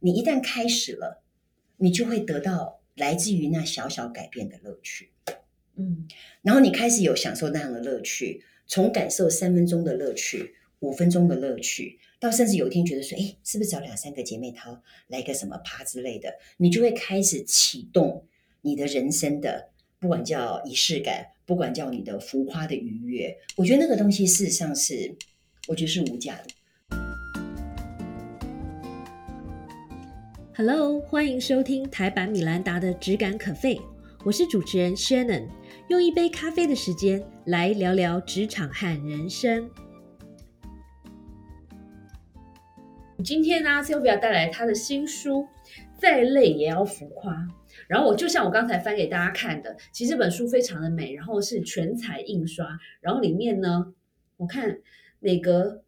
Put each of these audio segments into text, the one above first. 你一旦开始了，你就会得到来自于那小小改变的乐趣。嗯然后你开始有享受那样的乐趣，从感受三分钟的乐趣、五分钟的乐趣，到甚至有一天觉得说，哎，是不是找两三个姐妹淘来个什么趴之类的，你就会开始启动你的人生的，不管叫仪式感，不管叫你的浮夸的愉悦，我觉得那个东西事实上是，我觉得是无价的。 ，Hello，欢迎收听台版米兰达的《只感可废》，我是主持人 Shannon，用一杯咖啡的时间来聊聊职场和人生。今天呢、s y l v i a 带来她的新书《再累也要浮夸》。然后我就像我刚才翻给大家看的，其实这本书非常的美，然后是全彩印刷，然后里面呢，我看每隔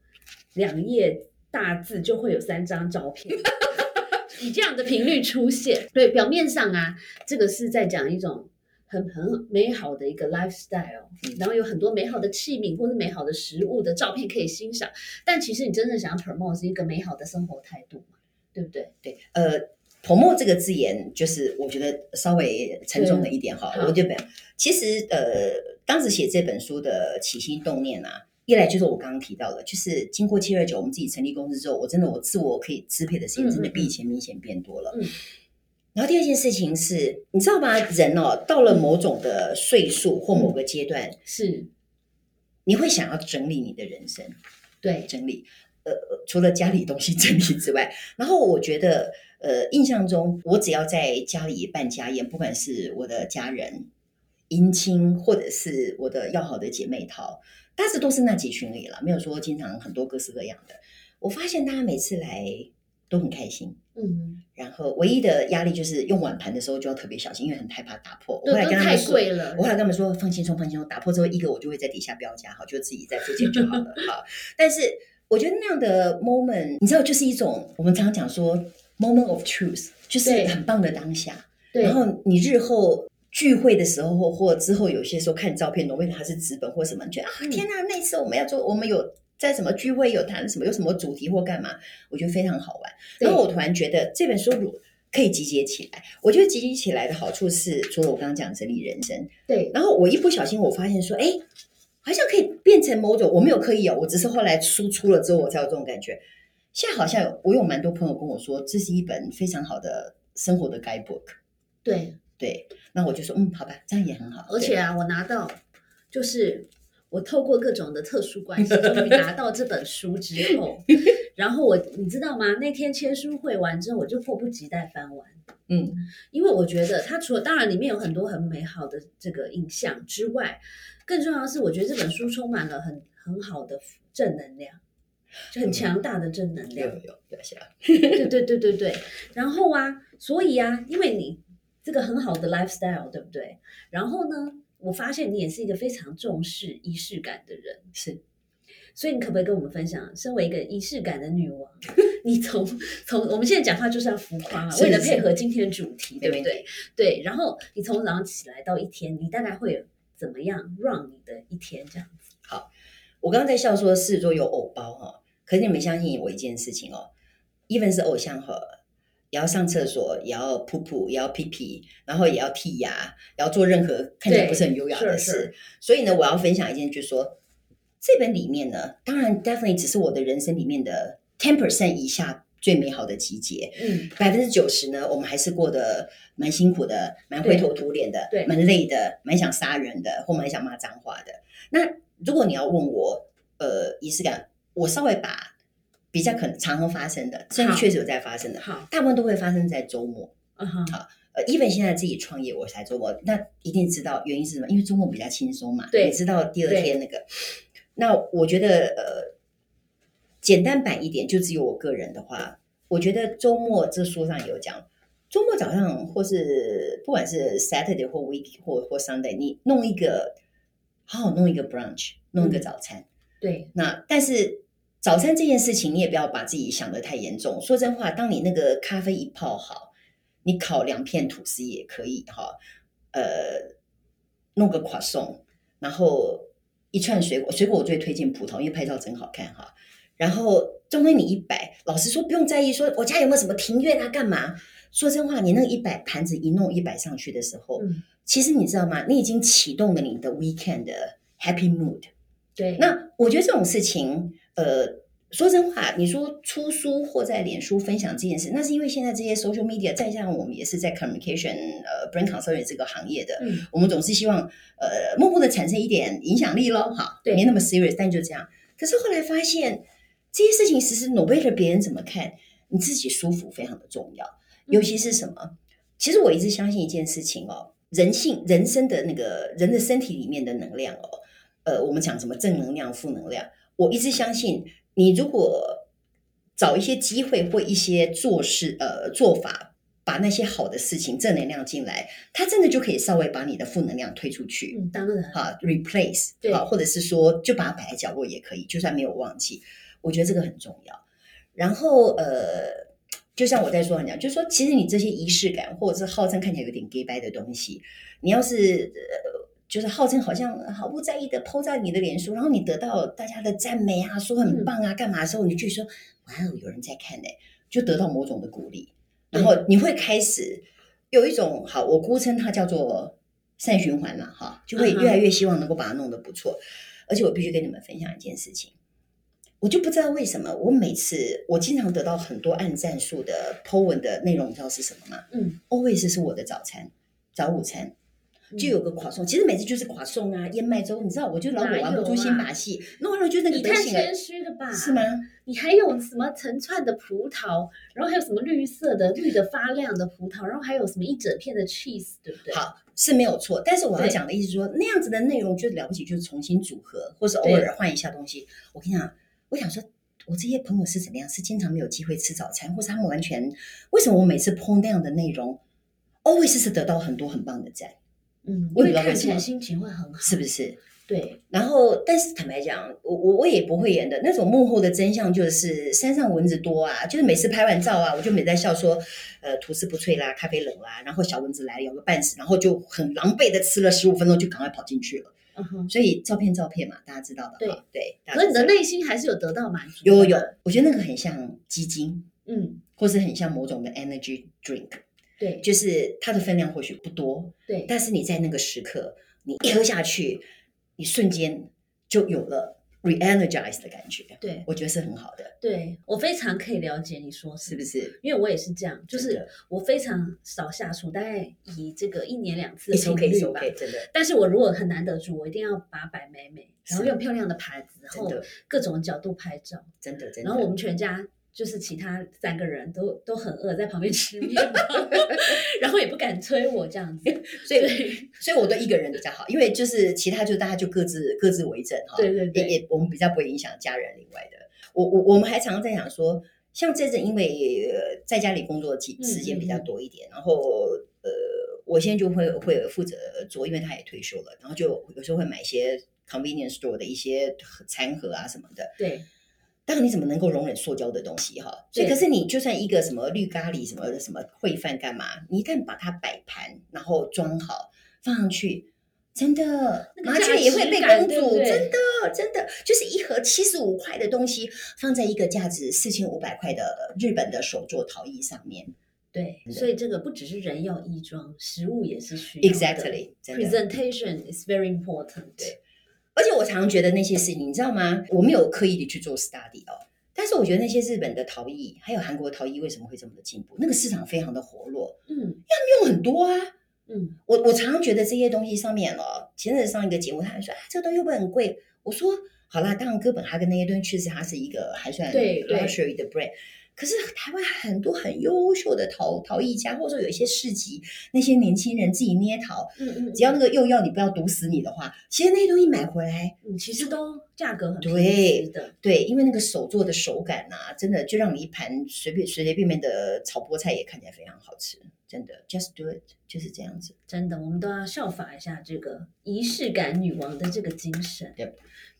两页大字就会有三张照片，以这样的频率出现。对，表面上啊，这个是在讲一种很很美好的一个 lifestyle，然后嗯有很多美好的器皿或是美好的食物的照片可以欣赏，但其实你真正想要 promote 是一个美好的生活态度嘛，对不对？对，呃，promo 这个字眼，就是我觉得稍微沉重了一点哈对。我就本其实呃，当时写这本书的起心动念啊，一来就是我刚刚提到的，就是经过七二九我们自己成立公司之后，我真的我自我可以支配的时嗯间真的嗯比嗯以前明显变多了。嗯然后第二件事情是，你知道吗？人哦，到了某种的岁数或某个阶段，是，你会想要整理你的人生。对，整理，呃，呃除了家里东西整理之外，然后我觉得，呃，印象中我只要在家里办家宴，不管是我的家人、姻亲，或者是我的要好的姐妹淘，大致都是那几群而已啦，没有说经常很多各式各样的。我发现大家每次来都很开心。嗯，然后唯一的压力就是用碗盘的时候就要特别小心，因为很害怕打破。我后对，来都跟他们太说贵了我，后来跟他们说放轻松，放轻松，打破之后一个我就会在底下标价，好，就自己再付钱就好了，好。但是我觉得那样的 moment，你知道，就是一种我们常常讲说 moment of truth，就是对很棒的当下。对，然后你日后聚会的时候，或或之后有些时候看照片，因为它是纸本或什么，你觉得啊嗯天哪，那次我们要做，我们有在什么聚会有谈什么，有什么主题或干嘛，我觉得非常好玩。对然后我突然觉得这本书如可以集结起来，我觉得集结起来的好处是，除了我刚刚讲整理人生，对，然后我一不小心，我发现说，哎，好像可以变成某种，我没有刻意哦，我只是后来输出了之后，我才有这种感觉。现在好像有，我有蛮多朋友跟我说，这是一本非常好的生活的 guidebook。对，对，那我就说，嗯，好吧，这样也很好。而且啊，我拿到就是我透过各种的特殊关系，终于拿到这本书之后，然后我你知道吗？那天签书会完之后，我就迫不及待翻完，对，嗯，因为我觉得它除了当然里面有很多很美好的这个印象之外，更重要的是，我觉得这本书充满了很很好的正能量，就很强大的正能有量。有有，有下。对对对对对。然后啊，所以啊，因为你这个很好的 lifestyle，对不对？然后呢，我发现你也是一个非常重视仪式感的人，是。所以你可不可以跟我们分享，身为一个仪式感的女王， 你从从我们现在讲话就是要浮夸嘛，是为了是配合今天的主题，对没问不对？对。然后你从早上起来到一天，你大概会有怎么样让你的一天这样子？我刚刚在笑说狮子座有偶包哈、哦，可是你们相信我一件事情哦，even 是偶像哈、也要上厕所，也要噗噗，也要屁屁，然后也要剔牙，也要做任何看起来不是很优雅的是是事。所以呢，我要分享一件，就是说这本里面呢，当然 definitely 只是我的人生里面的 ten percent 以下最美好的集结。嗯，百分之九十呢，我们还是过得蛮辛苦的，蛮灰头土脸的对，蛮累的，蛮想杀人的，或蛮想骂脏话的。那如果你要问我，呃，仪式感，我稍微把比较可能常常发生的，甚至好确实有在发生的，嗯好，大部分都会发生在周末。嗯哼，呃，even 现在自己创业，我才周末，那一定知道原因是什么，因为周末比较轻松嘛，对也知道第二对天那个。那我觉得呃，简单版一点，就只有我个人的话，我觉得周末这书上有讲，周末早上或是不管是 Saturday 或 Week 或或 Sunday，你弄一个好好弄一个 brunch，弄一个嗯早餐，对，那但是早餐这件事情，你也不要把自己想得太严重。说真话，当你那个咖啡一泡好，你烤两片吐司也可以哈，呃，弄个垮送，然后一串水果，水果我最推荐葡萄，因为拍照真好看哈。然后中间你一摆，老实说不用在意说，我家有没有什么庭院啊，干嘛？说真话，你那个一摆盘子一弄一摆上去的时候，嗯其实你知道吗？你已经启动了你的 weekend 的 happy mood。对，那我觉得这种事情，呃，说真话，你说出书或在脸书分享这件事，那是因为现在这些 social media，再加上我们也是在 communication 呃 brand consultant 这个行业的，嗯我们总是希望呃默默的产生一点影响力咯，哈，对没那么 serious，但就这样。可是后来发现这些事情，其实 no matter 别人怎么看，你自己舒服非常的重要。嗯尤其是什么？其实我一直相信一件事情哦，人性、人生的那个人的身体里面的能量哦，呃，我们讲什么正能量、负能量，我一直相信，你如果找一些机会或一些做事呃做法，把那些好的事情正能量进来，它真的就可以稍微把你的负能量推出去。嗯，当然，啊，replace 对啊，或者是说就把它摆在角落也可以，就算没有忘记，我觉得这个很重要。然后呃，就像我在说很讲，就是说其实你这些仪式感或者是号称看起来有点 gay bye 的东西，你要是呃。就是号称好像毫不在意的抛在你的脸书，然后你得到大家的赞美啊，说很棒啊，干嘛的时候，你就说哇哦，有人在看呢、就得到某种的鼓励，然后你会开始有一种好，我姑称它叫做善循环了哈，就会嗯哼越来越希望能够把它弄得不错。而且我必须跟你们分享一件事情，我就不知道为什么，我每次我经常得到很多按赞数的 po 文的内容，你知道是什么吗嗯， ？always 是我的早餐、早午餐。就有个垮送，其实每次就是垮送啊、燕麦粥，你知道，我就老我玩不出新把戏，弄完了就那个啊你德太行了谦，虚了吧？是吗？？你还有什么成串的葡萄，然后还有什么绿色的、绿的发亮的葡萄，然后还有什么一整片的 cheese，对不对？好是没有错，但是我要对讲的意思是说，那样子的内容就了不起，就是重新组合，或是偶尔换一下东西。我跟你讲，我想说，我这些朋友是怎么样？是经常没有机会吃早餐，或是他们完全为什么我每次碰那样的内容，always 是得到很多很棒的赞，嗯，我因也不知道为为看什起么来心情会很好，是不是？对，然后，但是坦白讲，我我我也不会演的。那种幕后的真相就是山上蚊子多啊，就是每次拍完照啊，我就每在笑说，呃，吐司不脆啦，咖啡冷啦，然后小蚊子来咬个半死，然后就很狼狈的吃了十五分钟，就赶快跑进去了。嗯哼。所以照片照片嘛，大家知道的哈。对对，大家可是你知道的内心还是有得到满足，有有有，，我觉得那个很像鸡精，嗯，或是很像某种的 energy drink，对就是它的分量或许不多，对，但是你在那个时刻，你一喝下去，你瞬间就有了 re-energize 的感觉，对我觉得是很好的，对，我非常可以了解你说是是不是？因为我也是这样，就真是的我非常少下厨，大概以这个一年两次一的手频可以率手吧可。以，真的但是我如果很难得住，我一定要把它摆美美，然后是用漂亮的盘子，然真后的各种角度拍照。真的真的。然后我们全家就是其他三个人都都很饿，在旁边吃面包， 然后也不敢催我这样子。所以对所以我对一个人比较好，因为就是其他就大家就各自各自为政哈。对对对也也我们比较不会影响家人。另外的，我我我们还常常在想说，像这阵因为、呃、在家里工作几嗯时间比嗯较嗯多一点，然后呃，我现在就会会负责做，因为他也退休了，然后就有时候会买一些 convenience store 的一些餐盒啊什么的。对当然你怎么能够容忍塑胶的东西哈？所以对可是你就算一个什么绿咖喱什么什么烩饭干嘛，你一旦把它摆盘，然后装好放上去，真的那个麻价雀也会值被感公对不主，对真的真的就是一盒七十五块的东西放在一个价值四千五百块的日本的手作陶艺上面对，真的所以这个不只是人要衣装，食物也是需要的。 ，exactly 真的。 Presentation is very important。对而且我常常觉得那些事情，你知道吗？我没有刻意的去做 study 哦，但是我觉得那些日本的陶艺还有韩国陶艺为什么会这么的进步？那个市场非常的活络，嗯用很多啊。嗯，我我常常觉得这些东西上面哦，前阵子上一个节目，他还说啊，这个东西会不会很贵？我说好啦，当然哥本哈根那些东西确实它是一个还算对对 luxury 的 brand，可是台湾很多很优秀的陶陶艺家，或者说有一些市集，那些年轻人自己捏陶，嗯嗯，只要那个釉药你不要毒死你的话，其实那些东西买回来，嗯其实都价格很对便宜的。对，因为那个手做的手感呐、真的就让你一盘随便随随便便的炒菠菜也看起来非常好吃，真的，just do it 就是这样子。真的，我们都要效法一下这个仪式感女王的这个精神。 Yep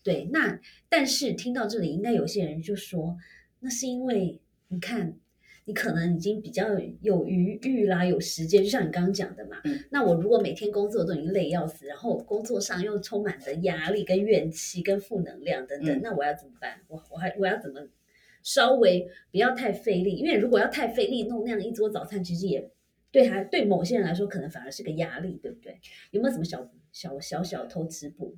对，那但是听到这里，应该有些人就说，那是因为你看，你可能已经比较有余裕啦，有时间，就像你刚刚讲的嘛。嗯那我如果每天工作都已经累要死，然后工作上又充满着压力、跟怨气、跟负能量等等，嗯那我要怎么办？我我还我要怎么稍微不要太费力？因为如果要太费力弄那样一桌早餐，其实也对他对某些人来说，可能反而是个压力，对不对？有没有什么小小小小偷吃步？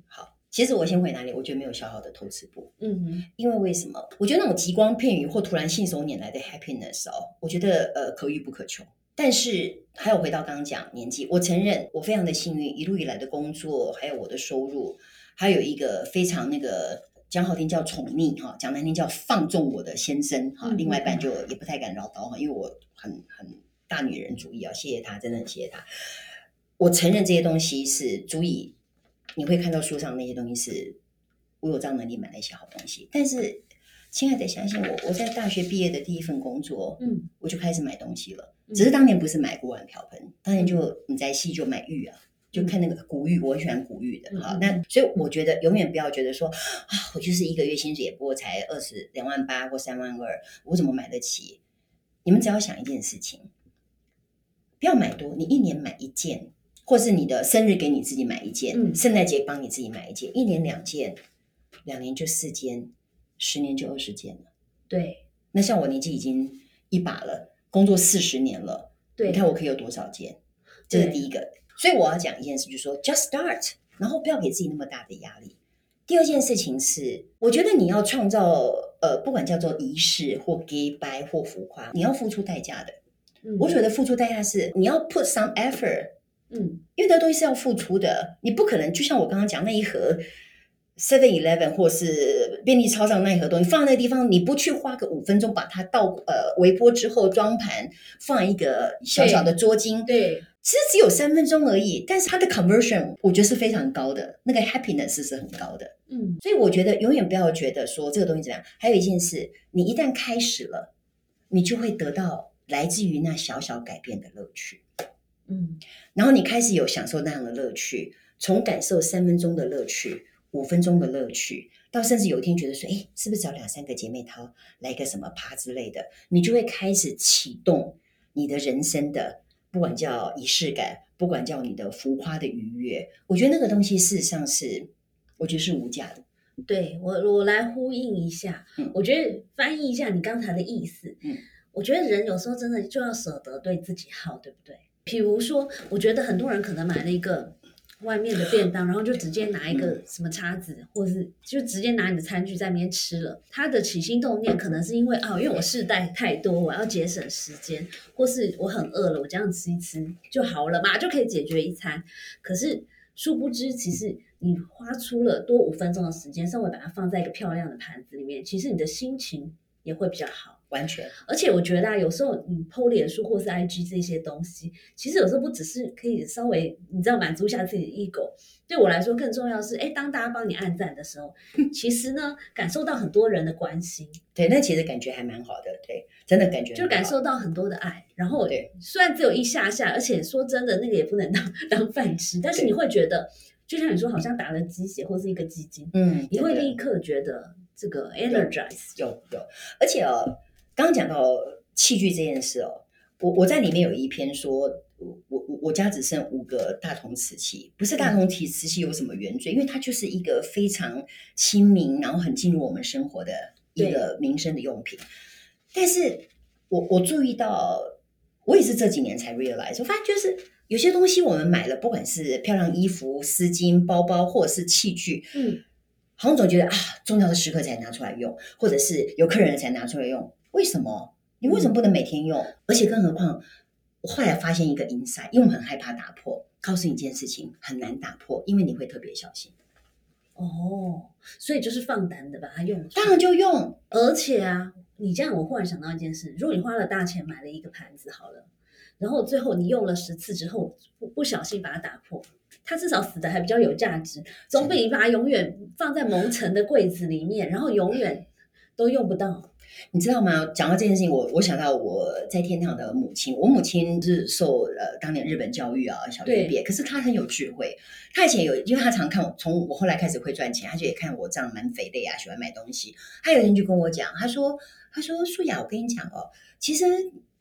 其实我先回答你，我觉得没有消耗的偷吃步，嗯哼，因为为什么？我觉得那种极光片语或突然信手拈来的 happiness 哦，我觉得呃可遇不可求。但是还有回到刚刚讲年纪，我承认我非常的幸运，一路以来的工作，还有我的收入，还有一个非常那个讲好听叫宠溺哈，讲难听叫放纵我的先生哈，嗯另外一半就也不太敢唠叨哈，因为我很很大女人主义啊，谢谢他，真的很谢谢他。我承认这些东西是足以，你会看到书上那些东西是，我有这样能力买了一些好东西，但是。亲爱的，相信我，我在大学毕业的第一份工作，嗯，我就开始买东西了。嗯只是当年不是买锅碗瓢盆，当年就你在戏就买玉啊，就看那个古玉，我很喜欢古玉的嗯哈嗯。那所以我觉得永远不要觉得说啊，我就是一个月薪水也不过才二十两万八或三万二，我怎么买得起？你们只要想一件事情，不要买多，你一年买一件，或是你的生日给你自己买一件，嗯圣诞节帮你自己买一件，一年两件，两年就四件，十年就二十件了。对那像我年纪已经一把了，工作四十年了。对你，看我可以有多少件，这是对第一个。所以我要讲一件事，就是说 just start，然后不要给自己那么大的压力。第二件事情是，我觉得你要创造呃，不管叫做仪式或 gay by 或浮夸，你要付出代价的。嗯我觉得付出代价是你要 put some effort，嗯因为那东西是要付出的，你不可能就像我刚刚讲那一盒 Seven Eleven 或是便利超商那一盒东西放在那地方，你不去花个五分钟把它倒呃微波之后装盘，放一个小小的桌巾，对其实只有三分钟而已，但是它的 conversion 我觉得是非常高的，那个 happiness 是很高的。嗯所以我觉得永远不要觉得说这个东西怎么样。还有一件事，你一旦开始了，你就会得到来自于那小小改变的乐趣，嗯然后你开始有享受那样的乐趣，从感受三分钟的乐趣、五分钟的乐趣，到甚至有一天觉得说，哎，是不是找两三个姐妹淘来个什么趴之类的，你就会开始启动你的人生的，不管叫仪式感，不管叫你的浮夸的愉悦，我觉得那个东西事实上是，我觉得是无价的。对我我来呼应一下，嗯我觉得翻译一下你刚才的意思。嗯，我觉得人有时候真的就要舍得对自己好，对不对？比如说，我觉得很多人可能买了一个外面的便当，然后就直接拿一嗯个什么叉子，或是就直接拿你的餐具在那边吃了。他的起心动念可能是因为啊，因为我试带太多，我要节省时间，或是我很饿了，我这样吃一吃就好了嘛，就可以解决一餐。可是殊不知，其实你花出了多五分钟的时间，稍微把它放在一个漂亮的盘子里面，其实你的心情也会比较好。完全而且我觉得啊，有时候你 PO 脸书或是 IG 这些东西，其实有时候不只是可以稍微你知道满足一下自己的 ego，对我来说更重要的是，哎，当大家帮你按赞的时候， 其实呢，感受到很多人的关心，对，那其实感觉还蛮好的，对，真的感觉就很感好受到很多的爱。然后对虽然只有一下下，而且说真的，那个也不能当当饭吃，但是对你会觉得，就像你说，好像打了鸡血或是一个鸡精，嗯，你会真的立刻觉得这个 energize。有有，而且哦，刚刚讲到器具这件事哦，我我在里面有一篇说。我我我我家只剩五个大同瓷器，不是大同瓷瓷器有什么原罪，因为它就是一个非常亲民，然后很进入我们生活的一个民生的用品。但是我我注意到，我也是这几年才 realize，我发现就是有些东西我们买了，不管是漂亮衣服、丝巾、包包，或者是器具，嗯，好像总觉得啊，重要的时刻才拿出来用，或者是有客人才拿出来用，为什么？你为什么不能每天用？而且更何况，我后来发现一个 insight，因为我们很害怕打破。告诉你一件事情，很难打破，因为你会特别小心。哦，所以就是放胆的把它用出来当然就用，而且啊，你这样我忽然想到一件事：如果你花了大钱买了一个盘子好了，然后最后你用了十次之后，不不小心把它打破，它至少死的还比较有价值，总比你把它永远放在蒙尘的柜子里面，然后永远都用不到。你知道吗？讲到这件事情，我我想到我在天堂的母亲，我母亲是受呃当年日本教育啊，小学毕业，可是她很有智慧。她以前有，因为她常看我，从我后来开始会赚钱，她就也看我这样蛮肥的呀，喜欢买东西。她有一天就跟我讲，她说：“她说舒雅，我跟你讲哦，其实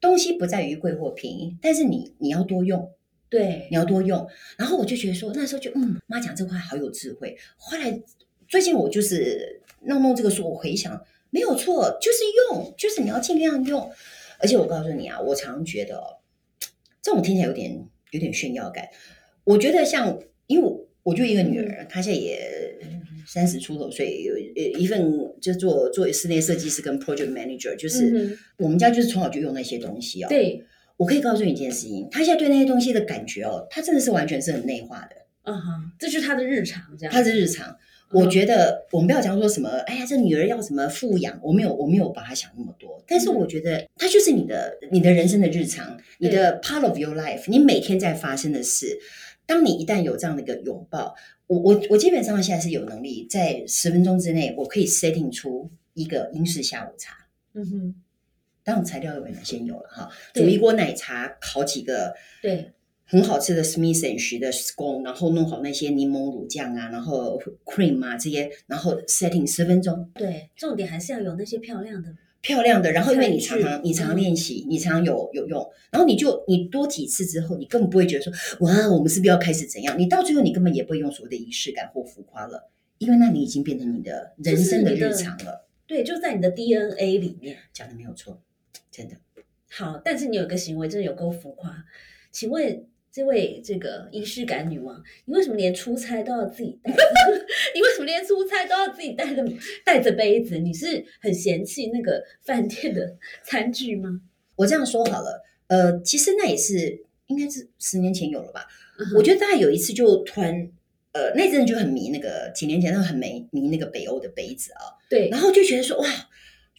东西不在于贵或便宜，但是你你要多用。”对你，要多用。然后我就觉得说，那时候就嗯，妈讲这话好有智慧。后来最近我就是弄弄这个书，我回想没有错，就是用，就是你要尽量用。而且我告诉你啊，我常觉得哦，这种听起来有点有点炫耀感。我觉得像，因为我我就一个女儿，她现在也嗯三十出头，所以有有一份就做做室内设计师跟 project manager，就是、嗯哼我们家就是从小就用那些东西哦。对，我可以告诉你一件事情，他现在对那些东西的感觉哦，他真的是完全是很内化的，嗯哼，这就是他的日常，这样。他是日常。嗯我觉得我们不要讲说什么，哎呀，这女儿要什么富养，我没有，我没有把她想那么多。但是嗯我觉得它就是你的，你的人生的日常，你的 part of your life，你每天在发生的事。当你一旦有这样的一个拥抱，我我我基本上现在是有能力在十分钟之内，我可以 setting 出一个英式下午茶。嗯哼，当然材料有哪些有了哈，对煮一锅奶茶，烤几个对，很好吃的 Smith and 徐的 scone，然后弄好那些柠檬乳酱啊，然后 cream 啊这些，然后 setting 十分钟，对，重点还是要有那些漂亮的。漂亮的。然后因为你餐常具常你常常嗯练习，你常常有有用，然后你就你多几次之后，你根本不会觉得说哇，我们是不是要开始怎样？你到最后你根本也不会用所谓的仪式感或浮夸了，因为那你已经变成你的人生的就是你日的常了。对，就在你的 DNA 里面。讲的没有错，真的。好，但是你有一个行为真的有够浮夸，请问这位这个仪式感女王，你为什么连出差都要自己带？ 你为什么连出差都要自己带着带着杯子？你是很嫌弃那个饭店的餐具吗？我这样说好了，呃，其实那也是应该是十年前有了吧。嗯我哼觉得大概有一次就突然，呃，那阵就很迷那个几年前，那很迷迷那个北欧的杯子啊，对然后就觉得说哇，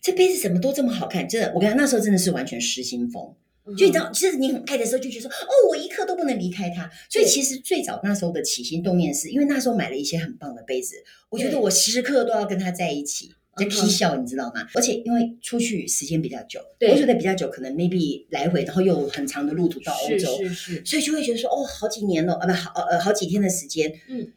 这杯子怎么都这么好看，真的，我跟你讲，那时候真的是完全失心疯。嗯就你知，道，其实你很爱的时候，就觉得说，哦，我一刻都不能离开它。所以对其实最早那时候的起心动念是，因为那时候买了一些很棒的杯子，我觉得对我时刻都要跟它在一起，在嗯哼批笑，你知道吗？而且因为出去时间比较久，对我觉得比较久，可能 maybe 来回，然后又有很长的路途到欧是洲，是是，所以就会觉得说，哦，好几年了，啊，不，好呃好几天的时间，嗯，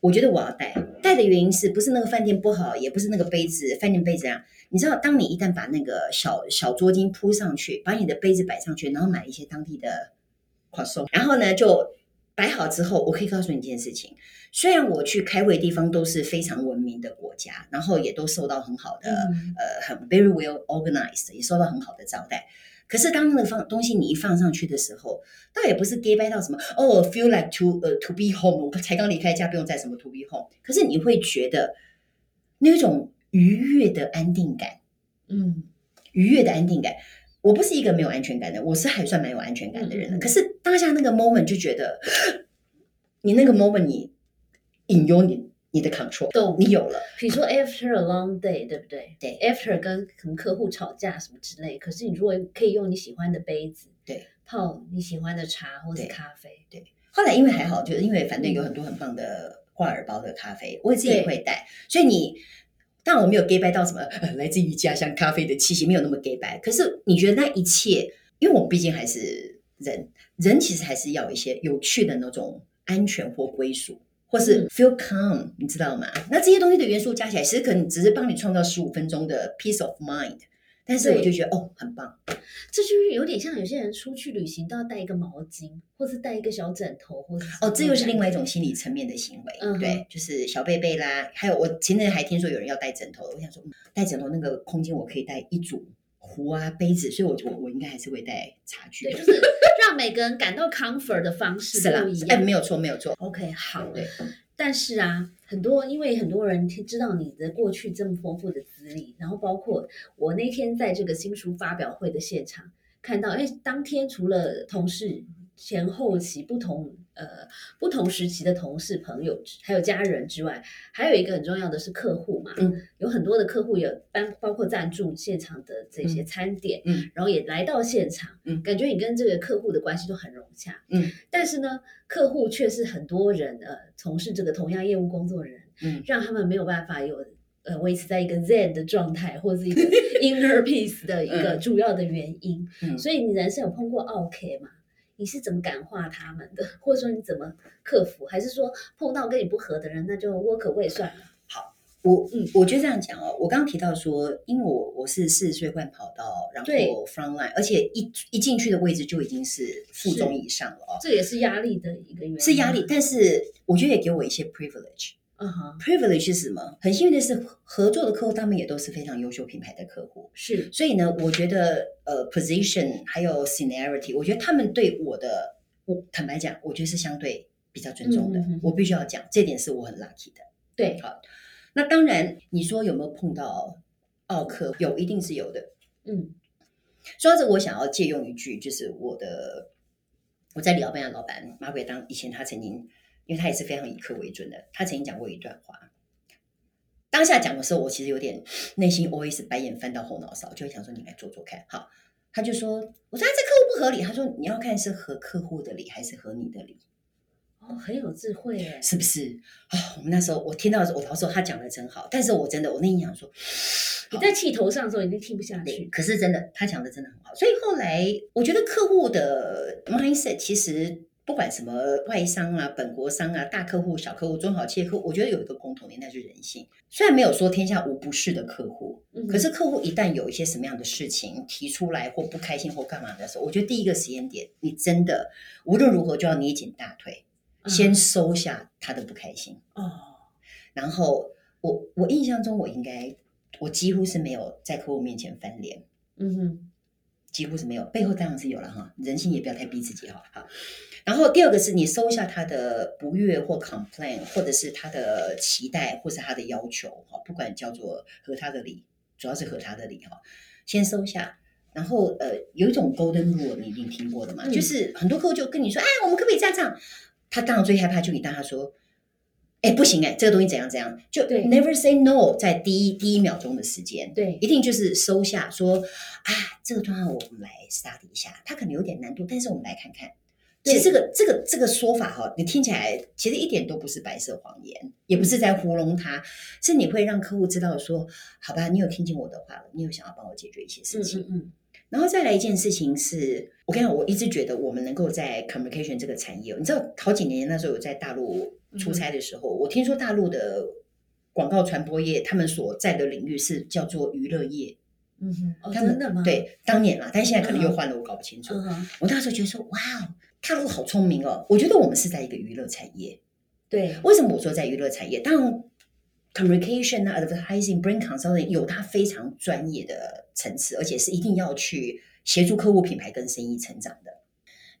我觉得我要带，带的原因是不是那个饭店不好，也不是那个杯子，饭店杯子啊，你知道，当你一旦把那个小小桌巾铺上去，把你的杯子摆上去，然后买一些当地的croissant，然后呢就。摆好之后，我可以告诉你一件事情：虽然我去开会的地方都是非常文明的国家，然后也都受到很好的、嗯呃很 very well organized，也受到很好的招待。可是当那个放东西你一放上去的时候，倒也不是 gay 掰到什么哦，feel like to 呃 to be home，我才刚离开家，不用再什么 to be home。可是你会觉得那种愉悦的安定感，嗯，愉悦的安定感。我不是一个没有安全感的，我是还算蛮有安全感的人的。啊嗯嗯嗯可是当下那个 moment 就觉得， 你那个 moment 你引诱你你的 control，懂你有了，比如说 after a long day，对不对？对，after 跟可能客户吵架什么之类，可是你如果可以用你喜欢的杯子，对，泡你喜欢的茶或是对咖啡，后来因为还好，就是因为反正有很多很棒的挂耳包的咖啡，我自己也会带，所以你。但我没有 gay 拜到什么、 呃、来自于家乡咖啡的气息，没有那么 gay 拜。可是你觉得那一切，因为我们毕竟还是人，人其实还是要有一些有趣的那种安全或归属，或是 feel calm，你知道吗？那这些东西的元素加起来，其实可能只是帮你创造十五分钟的 peace of mind，但是我就觉得哦，很棒。这就是有点像有些人出去旅行都要带一个毛巾，或是带一个小枕头，或是什么哦，这又是另外一种感心理层面的行为，嗯哼对，就是小贝贝啦，还有我前阵还听说有人要带枕头，我想说嗯带枕头那个空间我可以带一组壶啊杯子，所以我我我应该还是会带茶具觉，对，就是让每个人感到 comfort 的方 式是啦不一，哎，样。嗯没有错，没有错， OK，好。对，但是啊，很多因为很多人听知道你的过去这么丰富的资历，然后包括我那天在这个新书发表会的现场看到，哎，当天除了同事前后期不同呃不同时期的同事朋友之还有家人之外，还有一个很重要的是客户嘛，嗯，有很多的客户也包包括赞助现场的这些嗯餐点，嗯，然后也来到现场，嗯感觉你跟这个客户的关系都很融洽，嗯，但是呢，客户却是很多人呃从事这个同样业务工作的人，嗯让他们没有办法有。呃维持在一个 Zen 的状态，或是一个 inner peace 的一个嗯主要的原因。嗯所以你人生有碰过 OK 吗？你是怎么感化他们的，或者说你怎么克服，还是说碰到跟你不合的人，那就 work away 算了？我嗯我觉得这样讲哦，我刚刚提到说，因为我我是四十岁换跑道，然对后 front line，而且一一进去的位置就已经是副中以上了哦，这也是压力的一个原因，是压力，。但是我觉得也给我一些 privilege。嗯哼， privilege 是什么？很幸运的是，合作的客户他们也都是非常优秀品牌的客户，是所以呢，我觉得呃 position 还有 seniority，我觉得他们对我的，我坦白讲，我觉得是相对比较尊重的，嗯嗯嗯嗯我必须要讲，这点是我很 lucky 的。对，那当然，你说有没有碰到奥克？有，一定是有的。嗯说到这个，我想要借用一句，就是我的我在里奥班的老板马鬼当以前他曾经，因为他也是非常以客为尊的，他曾经讲过一段话。当下讲的时候，我其实有点内心 always 白眼翻到后脑勺，就会想说你来做做看。好，他就说，我说、啊、这客户不合理，他说你要看是合客户的理还是合你的理。哦，很有智慧耶。是不是啊、我们那时候我听到的时候，我老师说他讲的真好，但是我真的我内心想说，你在气头上的时候，你就听不下去。可是真的他讲的真的很好，所以后来我觉得客户的 mindset 其实不管什么外商啊、本国商啊、大客户、小客户、中小企业客户，我觉得有一个共同点，那就是人性。虽然没有说天下无不是的客户，嗯哼可是客户一旦有一些什么样的事情提出来或不开心或干嘛的时候，我觉得第一个时间点，你真的无论如何就要捏紧大腿，嗯先收下他的不开心。哦，然后我我印象中我应该我几乎是没有在客户面前翻脸，嗯哼，几乎是没有，背后当然是有了哈，人性也不要太逼自己哈。好，然后第二个是你收下他的不悦或 complain，或者是他的期待或是他的要求哈，不管叫做合他的理，主要是合他的理哈，先收下。然后呃，有一种 golden rule 你一定听过的嘛，嗯就是很多客户就跟你说，哎，我们可不可以这样这样？他当然最害怕就你当他说。哎，不行哎，这个东西怎样怎样，就对 never say no，在第一第一秒钟的时间，对嗯一，定就是收下说啊，这个方案我们来 study 一下，它可能有点难度，但是我们来看看。其实这对个这个这个说法哈，你听起来其实一点都不是白色谎言，也不是在糊弄他，是你会让客户知道说，好吧，你有听进我的话了，你有想要帮我解决一些嗯事情。嗯嗯，然后再来一件事情是，我跟你讲，我一直觉得我们能够在 communication 这个产业，你知道好几年前那时候我在大陆出差的时嗯候，我听说大陆的广告传播业他们所在的领域是叫做娱乐业，嗯哼，哦，他们真的吗？，对，当年啦，但现在可能又换了，我搞不清楚。嗯哼，我那时候觉得说，哇哦，大陆好聪明哦！我觉得我们是在一个娱乐产业。对，为什么我说在娱乐产业？当然，communication 啊、advertising、brand consulting 有它非常专业的层次，而且是一定要去协助客户品牌跟生意成长的。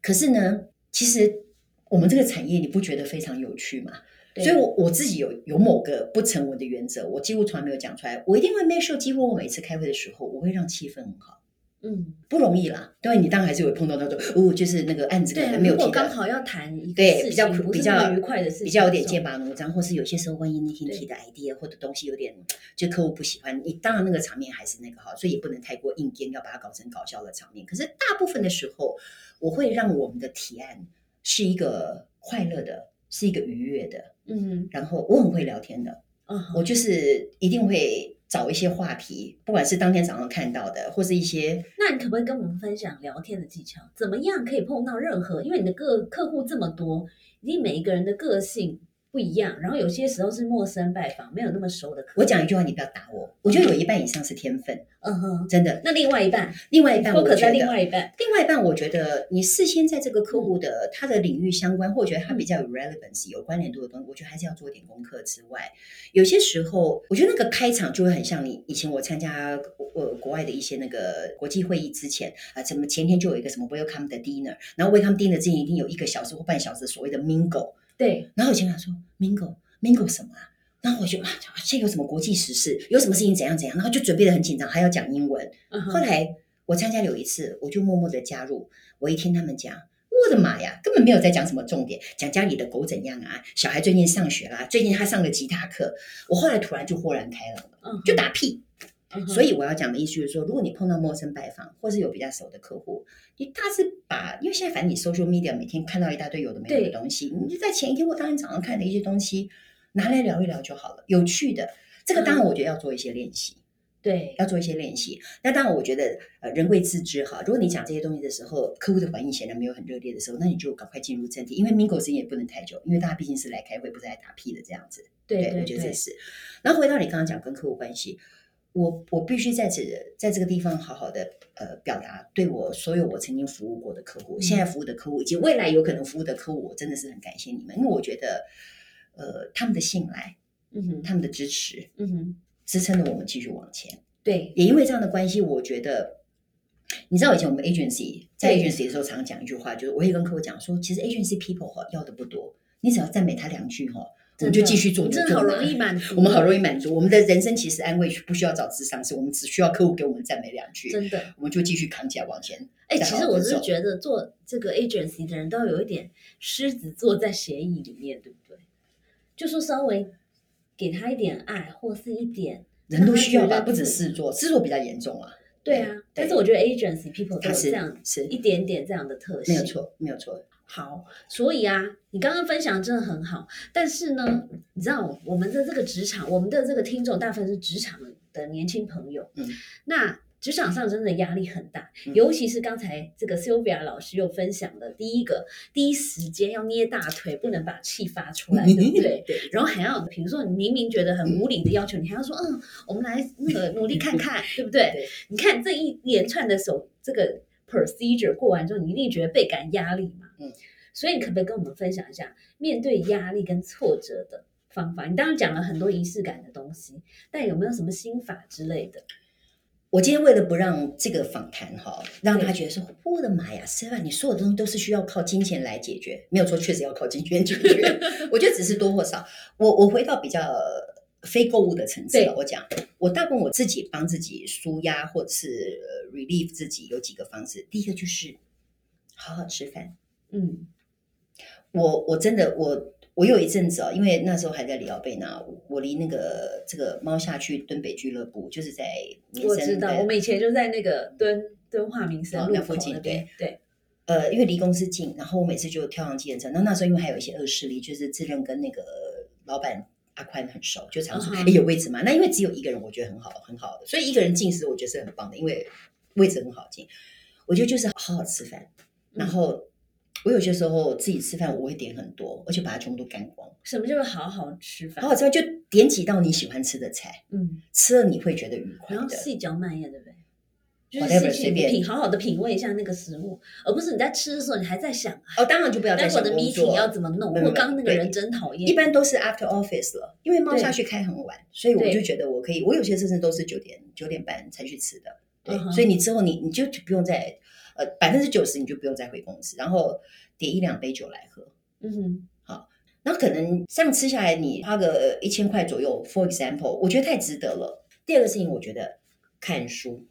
可是呢，其实我们这个产业，你不觉得非常有趣吗？对所以我，我自己有有某个不成文的原则，我几乎从来没有讲出来。我一定会 make sure，几乎我每次开会的时候，我会让气氛很好。嗯，不容易啦，对，你当然还是会碰到那种哦，就是那个案子可对，能没有如提的果刚好要谈一个对事比较情苦不是比那较么愉快的事情，比较有点见剑拔弩张，或是有些时候万一那天提的 idea 或者东西有点就客户不喜欢，你当然那个场面还是那个好，所以也不能太过硬颠，要把它搞成搞笑的场面。可是大部分的时候，我会让我们的提案是一个快乐的，是一个愉悦的，嗯然后我很会聊天的，嗯哼，我就是一定会找一些话题，不管是当天早上看到的，或是一些那你可不可以跟我们分享聊天的技巧？怎么样可以碰到任何？因为你的个客户这么多，一定每一个人的个性不一样，然后有些时候是陌生拜访，没有那么熟的客户。我讲一句话，你不要打我。我觉得有一半以上是天分，嗯哼，真的。那另外一半另外一半，我 focus 觉在得另外一半，另外一半，我觉得你事先在这个客户的他的领域相关，或者觉得他比较有 relevance 有关联度的东西，我觉得还是要做点功课之外，有些时候我觉得那个开场就会很像你以前我参加呃国外的一些那个国际会议之前啊，怎么前天就有一个什么 welcome 的 dinner，然后 welcome dinner 之前一定有一个小时或半小时所谓的 mingle，对，然后我前面说 mingle mingle 什么啊？然后我就哇，现在有什么国际时事，有什么事情怎样怎样，然后就准备的很紧张，还要讲英文。嗯后哼，来我参加了有一次，我就默默的加入。我一听他们讲，我的妈呀，根本没有在讲什么重点，讲家里的狗怎样啊，小孩最近上学啦、最近他上了吉他课。我后来突然就豁然开朗了，嗯哼就打屁。嗯哼所以我要讲的意思就是说，如果你碰到陌生拜访，或是有比较熟的客户，你大致把，因为现在反正你 social media 每天看到一大堆有的没有对的嗯东西，你就在前一天或当天早上看的一些东西拿来聊一聊就好了，有趣的。这嗯个当然我觉得要做一些练习，对，要做一些练习。那当然，我觉得呃，人贵自知哈。如果你讲这些东西的时候，客户的反应显然没有很热烈的时候，那你就赶快进入正题，因为 mingle 时间也不能太久，因为大家毕竟是来开会，不是来打屁的这样子。对我觉得这是。然后回到你刚刚讲跟客户关系，我我必须在此在这个地方好好的呃表达对我所有我曾经服务过的客户、嗯现在服务的客户以及未来有可能服务的客户，我真的是很感谢你们，因为我觉得呃他们的信赖、嗯哼，他们的支持，嗯哼，支撑了我们继续往前。对，也因为这样的关系，我觉得，你知道以前我们 agency 在对 agency 的时候，常讲一句话，就是我会跟客户讲说，其实 agency people 哈要的不多，你只要赞美他两句哈，我们就继续做，你就真的做好嘛容易。满足，我们好容易满足，我们的人生其实安慰不需要找智商师，我们只需要客户给我们赞美两句，真的。我们就继续扛起来往前。哎、再其好实好我地是走觉得做这个 agency 的人都有一点狮子座在协议里面，对不对？就说稍微给他一点爱，或是一点人都需要吧，让他觉得不只自己是做，制作比较严重啊。对啊对。但是我觉得 agency people 都他有是这样是一点点这样的特性，没有错，没有错，好，所以啊，你刚刚分享真的很好，但是呢，你知道我们的这个职场，我们的这个听众大部分是职场的年轻朋友，嗯，那职场上真的压力很大，嗯尤其是刚才这个 Sylvia 老师又分享的第一个，第一时间要捏大腿，不能把气发 出来，对不对？对，然后还要，比如说你明明觉得很无理的要求，你还要说，嗯，我们来那个努力看看，对不对？对你看这一连串的手这个 procedure 过完之后，你一定觉得倍感压力嘛。嗯，所以你可不可以跟我们分享一下面对压力跟挫折的方法？你当然讲了很多仪式感的东西，但有没有什么心法之类的？我今天为了不让这个访谈哈，让对他觉得说，我的妈呀，虽然你所有的东西都是需要靠金钱来解决，没有错，确实要靠金钱解 决。我觉得只是多或少。我我回到比较非购物的层次对了。我讲，我大部分我自己帮自己舒压或者是呃 relieve 自己有几个方式。第一个就是好好吃饭。嗯，我我真的我我有一阵子哦，因为那时候还在里奥贝纳，我我离那个这个猫下去敦北俱乐部就是在民我生知道，的我们以前就在那个敦敦化民生哦路那口附近那边，对呃，因为离公司近，然后我每次就跳上计程车。那那时候因为还有一些恶势力，就是自认跟那个老板阿宽很熟，就常说、嗯哼诶有位置吗？那因为只有一个人，我觉得很好，很好的，所以一个人进食我觉得是很棒的，因为位置很好进。我觉得就是好好吃饭，然嗯后我有些时候自己吃饭我会点很多，而且把它全部都干光，什么就是好好吃饭，好好吃饭就点几道你喜欢吃的菜，嗯，吃了你会觉得愉快然后的。细嚼慢咽，对不对？就是 Whatever，细细随便品，好好的品味一下那个食物，而不是你在吃的时候，你还在想，啊哦，当然就不要再待会想儿的工 meeting 作。要怎么弄，没有或没有刚那个对人真讨厌。一般都是 after office 了，因为猫对下去开很晚，所以我对就觉得我可以，我有些甚至都是九点九点半才去吃的，对嗯哼所以你之后你你就不用再呃百分之九十你就不用再回公司，然后点一两杯酒来喝，嗯哼，然后可能这样吃下来你花个一千块左右，for example，我觉得太值得了。第二个事情，我觉得看书，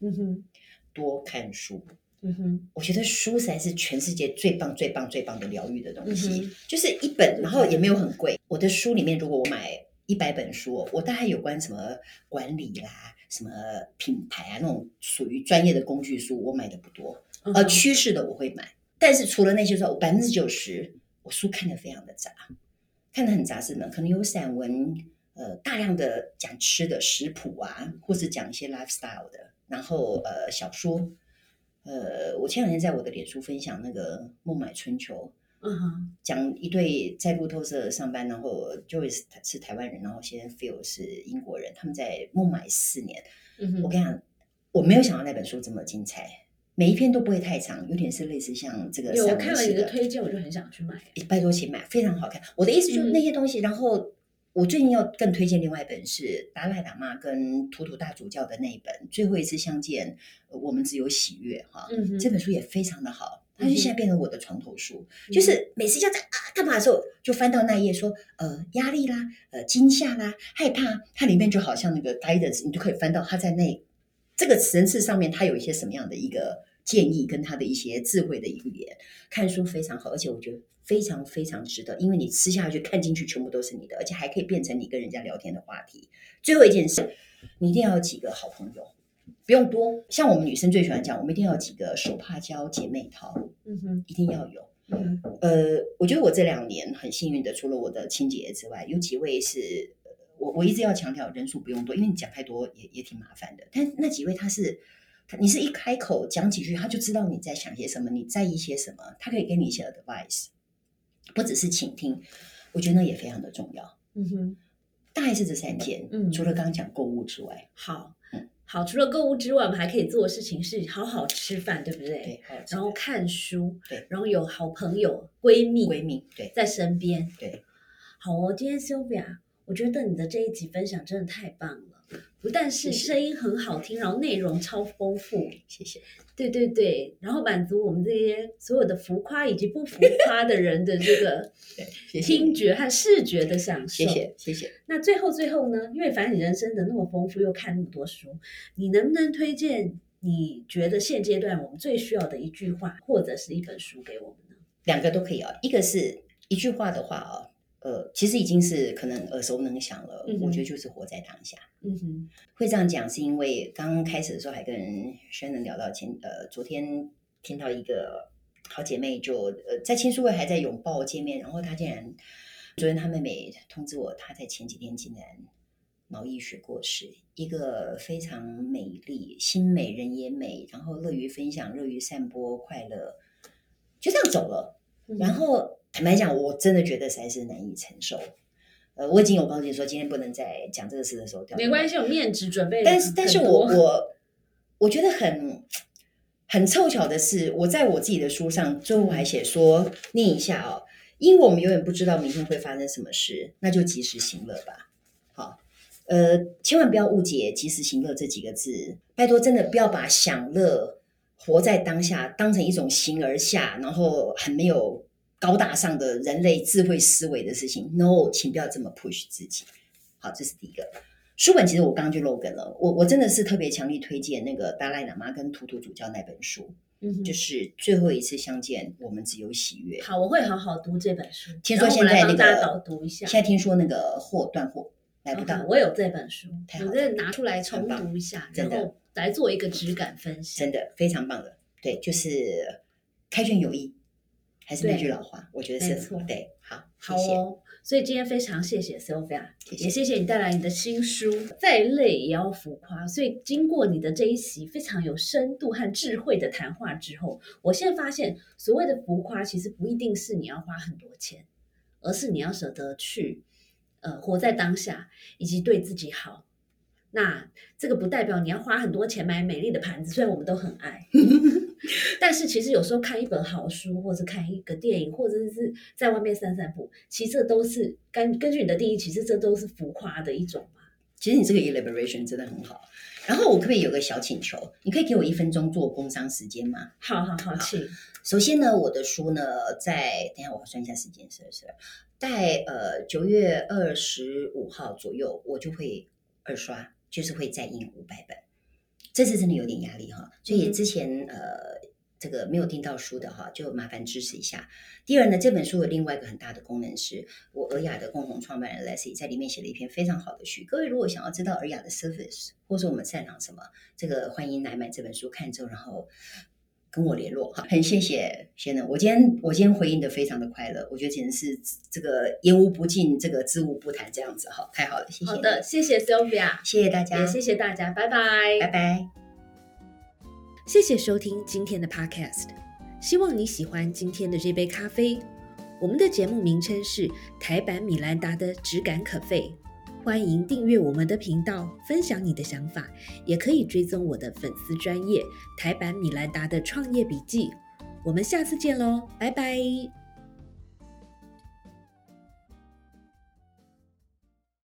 嗯哼，多看书，嗯哼，我觉得书才是全世界最棒、最棒、最棒的疗愈的东西，嗯哼就是一本，然后也没有很贵。我的书里面，如果我买一百本书哦，我大概有关什么管理啦、什么品牌啊那种属于专业的工具书，我买的不多，而嗯哼呃趋势的我会买。但是除了那些之外，我百分之九十我书看的非常的杂，看的很杂是呢，可能有散文，呃，大量的讲吃的食谱啊，或是讲一些 lifestyle 的，然后呃小说，呃，我前两天在我的脸书分享那个《孟买春秋嗯哼，》，讲一对在路透社上班，然后 Joyce 是台湾人，然后先生 Phil 是英国人，他们在孟买四年，嗯我哼，跟你讲，我没有想到那本书这么精彩，每一篇都不会太长，有点是类似像这个有我散看文了式你的的。推荐，我就很想去买。啊拜托请买，非常好看。我的意思就是嗯那些东西，然后我最近要更推荐另外一本是达赖喇嘛跟图图大主教的那一本《最后一次相见，呃我们只有喜悦》哈，嗯哼，这本书也非常的好。它嗯就哼现在变成我的床头书，就是每次要在啊干嘛的时候，就翻到那一页说，呃，压力啦，呃，惊吓啦，害怕，它里面就好像那个 guidance，你就可以翻到它在那这个层次上面，它有一些什么样的一个建议，跟它的一些智慧的语言。看书非常好，而且我觉得非常非常值得，因为你吃下去看进去全部都是你的，而且还可以变成你跟人家聊天的话题。最后一件事，你一定要有几个好朋友。不用多，像我们女生最喜欢讲，我们一定要有几个手帕交姐妹淘，嗯哼，一定要有。嗯哼，呃，我觉得我这两年很幸运的，除了我的亲姐之外，有几位是呃我我一直要强调人数不用多，因为你讲太多也也挺麻烦的。但那几位他是，他你是一开口讲几句，他就知道你在想些什么，你在意些什么，他可以给你一些 advice，不只是倾听，我觉得那也非常的重要。嗯哼，大概是这三天，嗯除了刚刚讲购物之外，好好，除了购物之外，我们还可以做的事情是好好吃饭，对不对？对，还有这然后个看书，对，然后有好朋友、闺蜜闺蜜，对，在身边，对。好哦，今天 Sylvia，我觉得你的这一集分享真的太棒了，不但是谢谢声音很好听，然后内容超丰富，谢谢。对对对，然后满足我们这些所有的浮夸以及不浮夸的人的这个对，谢谢听你，觉和视觉的享受。谢。谢，谢谢。那最后最后呢，因为反正你人生的那么丰富，又看那么多书，你能不能推荐你觉得现阶段我们最需要的一句话或者是一本书给我们呢？两个都可以啊、一个是一句话的话啊、呃，其实已经是可能耳熟能详了。嗯哼我觉得就是活在当下。嗯哼，会这样讲是因为刚开始的时候还跟轩能聊到前呃，昨天听到一个好姐妹就呃在签书会还在拥抱见面，然后她竟然昨天她妹妹通知我，她在前几天竟然脑溢血过世，一个非常美丽、心美人也美，然后乐于分享、乐于散播快乐，就这样走了。嗯然后坦白讲，我真的觉得实在是难以承受。呃，我已经有告诉你说，今天不能再讲这个事的时候掉。没关系，有面子准备了但很是多。但是我我我觉得很很凑巧的是，我在我自己的书上最后还写说，念一下哦，因为我们永远不知道明天会发生什么事，那就及时行乐吧。好，呃，千万不要误解“及时行乐”这几个字，拜托，真的不要把享乐、活在当下当成一种形而下，然后很没有。高大上的人类智慧思维的事情，no，请不要这么 push 自己。好，这是第一个。书本其实我刚刚就漏梗了，我我真的是特别强力推荐那个达赖喇嘛跟图图主教那本书，嗯哼就是最后一次相见，我们只有喜悦。好，我会好好读这本书。听然说后现我来在帮那大家导个读一下。哦现在听说那个货断货买不到 OK，我有这本书太，好我了再拿出来重很棒读一下，然真的后来做一个质感分析。真的非常棒的，对，就是开卷有益，还是那句老话，我觉得没是错对。好，好谢谢，哦，所以今天非常谢谢 Sylvia，谢也谢，谢谢你带来你的新书《再累也要浮夸》。所以经过你的这一席非常有深度和智慧的谈话之后，我现在发现，所谓的浮夸其实不一定是你要花很多钱，而是你要舍得去，呃，活在当下，以及对自己好。那这个不代表你要花很多钱买美丽的盘子，虽然我们都很爱，但是其实有时候看一本好书，或者看一个电影，或者是在外面散散步，其实这都是根根据你的定义，其实这都是浮夸的一种嘛。其实你这个 elaboration 真的很好。然后我可不可以有个小请求？你可以给我一分钟做工商时间吗？好好好，请首先呢，我的书呢，在等一下我算一下时间，是是，在呃九月二十五号左右，我就会二刷，就是会再印五百本。这次真的有点压力哈，所以嗯之前呃这个没有订到书的哈，就麻烦支持一下。第二呢，这本书有另外一个很大的功能是，我尔雅的共同创办人 Leslie 在里面写了一篇非常好的序。各位如果想要知道尔雅的 service 或是我们擅长什么，这个欢迎来买这本书，看之后然后跟我联络哈。很谢谢先生，我今天我今天回应的非常的快乐，我觉得简直是这个言无不尽，这个知无不谈这样子哈，太好了，谢谢好你的，，谢谢 Sylvia，谢谢大家也，谢谢大家，拜拜拜拜。谢谢收听今天的 Podcast，希望你喜欢今天的这杯咖啡。我们的节目名称是台版米兰达的质感可废，欢迎订阅我们的频道，分享你的想法，也可以追踪我的粉丝专业台版米兰达的创业笔记。我们下次见喽，拜拜。